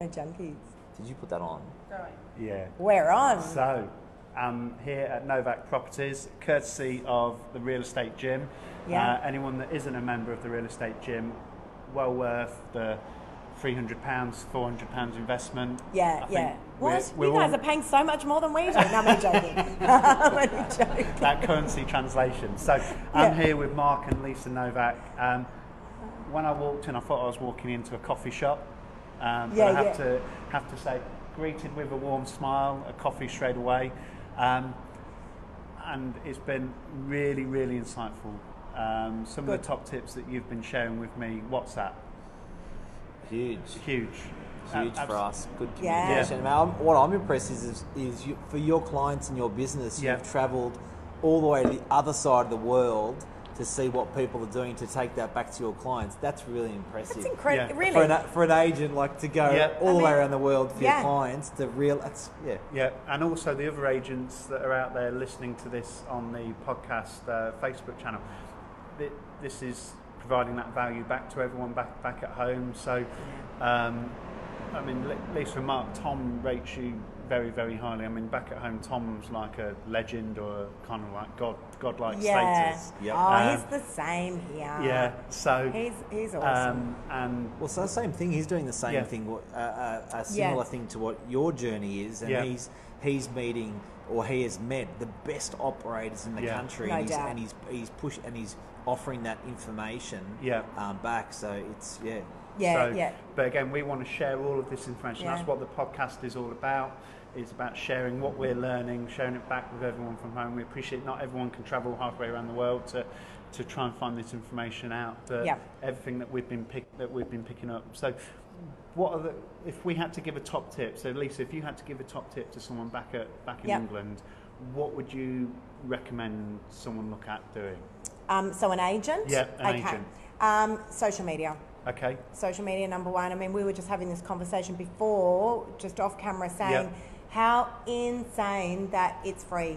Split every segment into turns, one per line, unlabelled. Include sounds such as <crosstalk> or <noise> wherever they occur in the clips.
We're junkies.
Did you put that on?
Yeah.
We're on.
So, I'm here at Novak Properties, courtesy of the Real Estate Gym.
Yeah.
Uh, anyone that isn't a member of the Real Estate Gym, well worth the £300, £400 investment. I
Yeah,
think
yeah.
we're-
What?
we're
you guys
all-
are paying so much more than we do. No, I'm only joking. <laughs> I'm only joking.
that currency translation. So
Yeah.
I'm here with Mark and Lisa Novak. Um, when I walked in, I thought I was walking into a coffee shop. Um, but
Yeah,
I have
yeah.
to have to say, greeted with a warm smile, a coffee straight away, um, and it's been really, really insightful. Um, some of
Good.
the top tips that you've been sharing with me, WhatsApp,
Huge.
huge,
Huge
A-
for us. Good
Yeah.
communication. Man, I'm- what I'm impressed is, is, is you, for your clients and your business,
Yeah.
you've travelled all the way to the other side of the world to see what people are doing to take that back to your clients. That's really impressive.
It's incredible.
Yeah.
Really?
For an, for an agent, like to go
Yeah.
all
I
the way
mean,
around the world for
yeah.
your clients, to real, that's, yeah.
Yeah, and also the other agents that are out there listening to this on the podcast uh, Facebook channel. Th- This is providing that value back to everyone back back at home. So, um, I mean, Li- Lisa and Mark, Tom rates you very very highly. I mean, back at home, Tom's like a legend or kind of like god godlike
yeah.
status.
Yep.
Oh,
Um,
he's the same here.
Yeah. So,
He's, he's awesome.
um, and
Well, so the same thing. He's doing the same
Yeah.
thing, what- uh, uh, a similar thing to what your journey is, and
Yeah.
he's he's meeting or he has met the best operators in the
Yeah.
country,
No
and, he's,
doubt.
and he's he's push and he's offering that information
Yeah.
um, back. So it's yeah,
yeah,
So-
yeah.
But again, we want to share all of this information.
Yeah.
That's what the podcast is all about. It's about sharing what we're learning, sharing it back with everyone from home. We appreciate not everyone can travel halfway around the world to, to try and find this information out. But
Yeah.
everything that we've been pick, that we've been picking up. So, what are the if we had to give a top tip? So, Lisa, if you had to give a top tip to someone back at back in
Yeah.
England, what would you recommend someone look at doing?
Um, so an agent?
Yeah, an
okay.
agent.
Um, social media.
Okay.
social media number one. I mean, we were just having this conversation before, just off camera, saying
Yep.
how insane that it's free.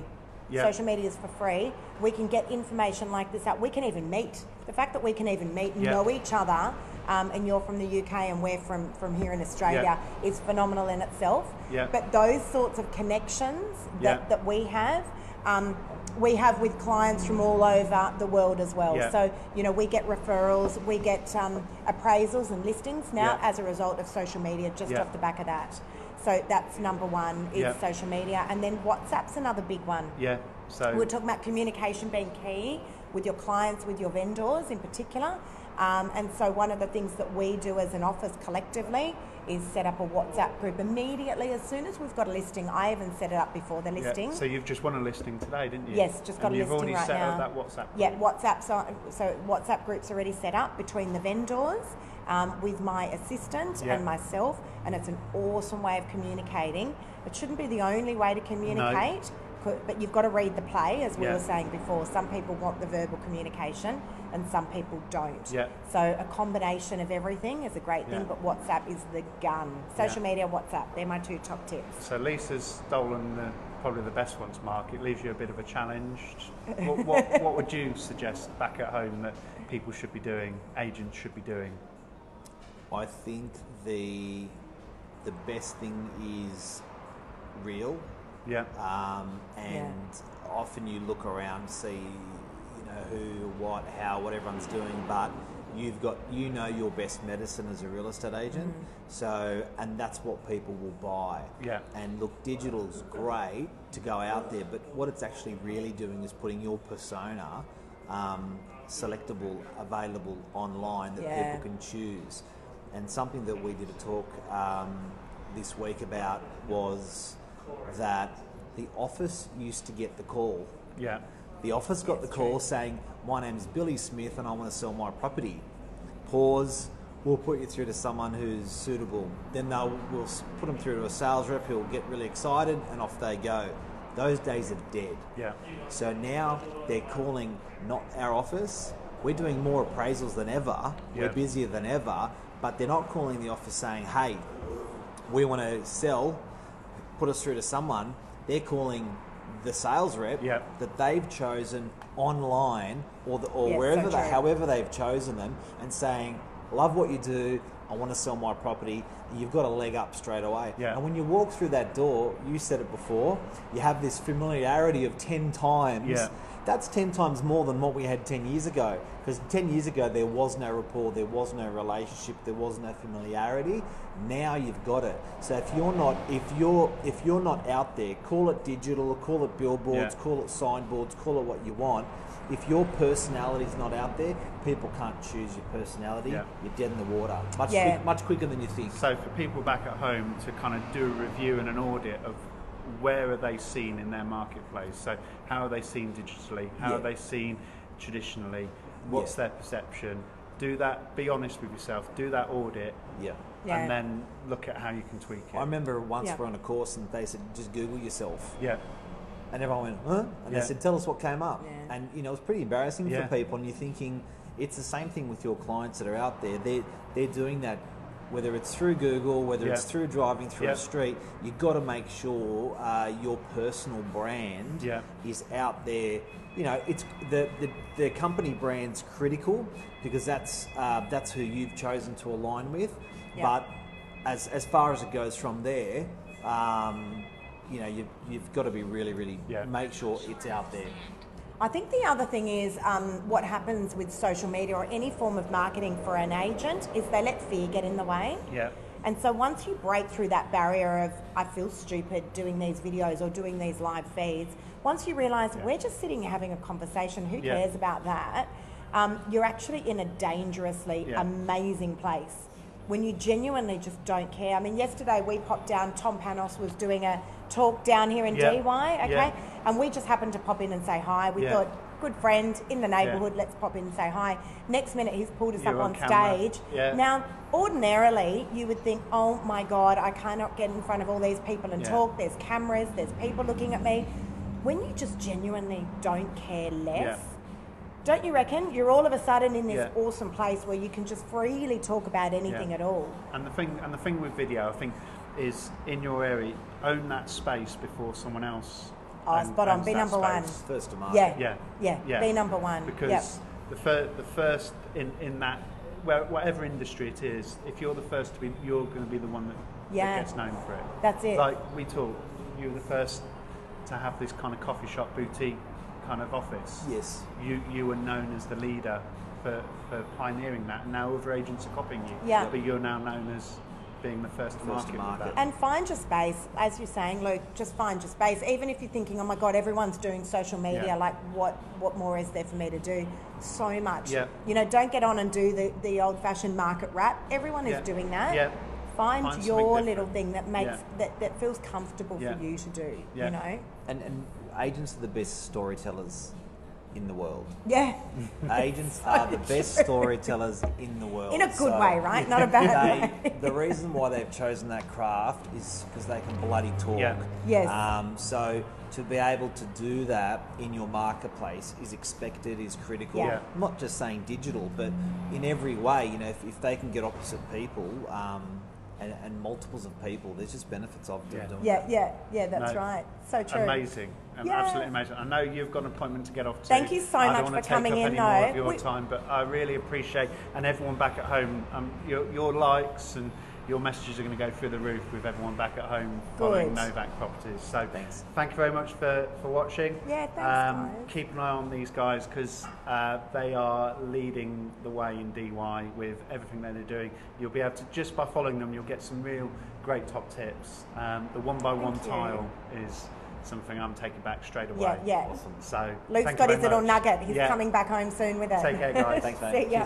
Yep.
Social media is for free. We can get information like this out. We can even meet. The fact that we can even meet,
Yep.
know each other, um, and you're from the UK and we're from, from here in Australia is phenomenal in itself.
Yep.
But those sorts of connections that,
Yep.
that we have, um, we have with clients from all over the world as well.
Yeah.
So, you know, we get referrals, we get um, appraisals and listings now
Yeah.
as a result of social media, just
Yeah.
off the back of that. So that's number one is
Yeah.
social media. And then WhatsApp's another big one.
Yeah. So.
We We're talking about communication being key with your clients, with your vendors in particular. Um, and so, one of the things that we do as an office collectively is set up a WhatsApp group immediately as soon as we've got a listing. I even set it up before the
Yeah,
listing.
So you've just won a listing today, didn't you?
Yes, just got
and
a
you've
listing
already
right
set
now.
up that WhatsApp.
Yeah,
group.
WhatsApp's on, so WhatsApp groups already set up between the vendors um, with my assistant
Yeah.
and myself, and it's an awesome way of communicating. It shouldn't be the only way to communicate, co- but you've got to read the play, as we
Yeah.
were saying before. Some people want the verbal communication, and some people don't.
Yeah.
So a combination of everything is a great thing,
Yeah.
but WhatsApp is the gun. Social media, WhatsApp, they're my two top tips.
So Lisa's stolen the, probably the best ones, Mark. It leaves you a bit of a challenge.
<laughs>
what, what, what would you suggest back at home that people should be doing, agents should be doing?
I think the the best thing is real
Yeah.
um, and often you look around see you know who what how what everyone's
Mm.
doing but you've got you know your best medicine as a real estate agent so and that's what people will buy
Mm-hmm. Yeah.
and look digital's great to go out there but what it's actually really doing is putting your persona um, selectable available online that
Yeah.
people can can choose. And something that we did a talk um, this week about was that the office used to get the call.
Yeah.
The office got the call saying, My name's Billy Smith and I want to sell my property. Pause. We'll put you through to someone who's suitable. Then they'll we'll s- put them through to a sales rep who'll get really excited and off they go. Those days are dead.
Yeah.
So now they're calling not our office. We're doing more appraisals than ever.
Yeah.
We're busier than ever, but they're not calling the office saying, "Hey, we want to sell. Put us through to someone." They're calling the sales rep
Yeah.
that they've chosen online or the, or
Yeah, so
wherever they,
true.
however they've chosen them, and saying, "Love what you do. I want to sell my property, you've got a leg up straight away.
Yeah.
And when you walk through that door, you said it before, you have this familiarity of 10 times.
Yeah.
That's 10 times more than what we had 10 years ago. Because 10 years ago, there was no rapport, there was no relationship, there was no familiarity. Now you've got it. So if you're not, if you're, if you're not out there, call it digital, call it billboards,
Yeah.
call it signboards, call it what you want. If your personality's not out there, people can't choose your personality.
Yeah.
You're dead in the water. Much,
Yeah.
quick- much quicker than you think.
So for people back at home to kind of do a review and an audit of where are they seen in their marketplace? So how are they seen digitally? How are
Yeah.
they seen traditionally? What's
Yeah.
their perception? Do that. Be honest with yourself. Do that audit,
Yeah.
Yeah.
and then look at how you can tweak it.
I remember once
Yeah.
we're on a course and they said, just Google yourself.
yeah,
And everyone went, huh? And
Yeah.
they said, tell us what came up.
Yeah.
And, you know, it's pretty embarrassing
Yeah.
for people. And you're thinking, it's the same thing with your clients that are out there. They're, they're doing that, whether it's through Google, whether
Yeah.
it's through driving through
Yeah.
a street. You've got to make sure uh, your personal brand
Yeah.
is out there. You know, it's the, the, the company brand's critical because that's, uh, that's who you've chosen to align with.
Yeah.
But as, as far as it goes from there, um, you know, you've, you've got to be really, really
Yeah.
make sure it's out there.
I think the other thing is um, what happens with social media or any form of marketing for an agent is they let fear get in the way.
yeah,
And so once you break through that barrier of I feel stupid doing these videos or doing these live feeds, once you realise
Yeah.
we're just sitting having a conversation, who
Yeah.
cares about that? Um, you're actually in a dangerously
Yeah.
amazing place when you genuinely just don't care. I mean, yesterday we popped down. Tom Panos was doing a talk down here in
Yeah.
DY, okay,
Yeah.
and we just happened to pop in and say hi. We
Yeah.
thought. Good friend in the neighbourhood, let's pop in and say hi. Next minute, he's pulled us
You're
up on,
on camera.
stage.
Yeah.
Now, now, ordinarily, you would think, oh my God, I cannot get in front of all these people and
Yeah.
talk. There's cameras, there's people looking at me. When you just genuinely don't care less, don't you reckon? You're all of a sudden in this
Yeah.
awesome place where you can just freely talk about anything
Yeah.
at all.
and the thing and the thing with video, I think, is in your area, own that space before someone else.
Oh,
owns-
spot on.
owns
Be
that
number one.
space.
First of March.
Yeah.
Yeah.
Yeah.
Yeah.
Be number one.
because
Yep.
the first the first in in that where, whatever industry it is, if you're the first to be, you're going to be the one that,
Yeah.
that gets known for it.
That's it.
Like we talk, you were the first to have this kind of coffee shop boutique kind of office.
Yes.
You you were known as the leader for, for pioneering that, and now other agents are copying you.
Yeah.
But you're now known as being the first to
First
market,
to
with
market.
that.
And find your space, as you're saying, Luke. Just find your space. Even if you're thinking, "Oh my God, everyone's doing social media.
Yeah.
Like, what what more is there for me to do? So much.
Yeah.
You know, don't get on and do the, the old fashioned market wrap. Everyone is
Yeah.
doing that.
Yeah.
Find,
Find something
your
different.
little thing that makes
Yeah.
that, that feels comfortable
Yeah.
for you to do.
Yeah.
You know.
And, and agents are the best storytellers in the
<laughs>
world.
Yeah.
Mm.
agents are the best storytellers in the world.
In a good way, right? Not a
<laughs>
bad
they,
way.
<laughs> The reason why they've chosen that craft is because they can bloody talk.
Yeah.
Yes.
Um, so to be able to do that in your marketplace is expected, is critical.
Yeah. Yeah.
I'm not just saying digital, but in every way, you know, if, if they can get opposite people um, and, and multiples of people, there's just benefits of them
Yeah.
doing
Yeah. Yeah. Yeah. That's
No.
right. So true.
Amazing, Um,
Yeah.
absolutely amazing. I know you've got an appointment to get off to.
Thank you so
I
much
don't want
for
to
coming in,
take up any more of
though.
your
We-
time, but I really appreciate and everyone back at home. Um, your, your likes and your messages are going to go through the roof with everyone back at home following
Good.
Novak Properties. So
Thanks.
Thank you very much for, for watching. Um,
Yeah, thanks, guys.
Keep an eye on these guys because uh, they are leading the way in DY with everything that they're doing. You'll be able to just by following them, you'll get some real great top tips. Um, the one by one
Thank you.
tile is something I'm taking back straight away.
Yeah, yeah.
Awesome. So
Luke's
thank you
got
very
his little
much.
nugget. He's
Yeah.
coming back home soon with it. <laughs>
Take care, guys.
Thanks, mate.
See ya.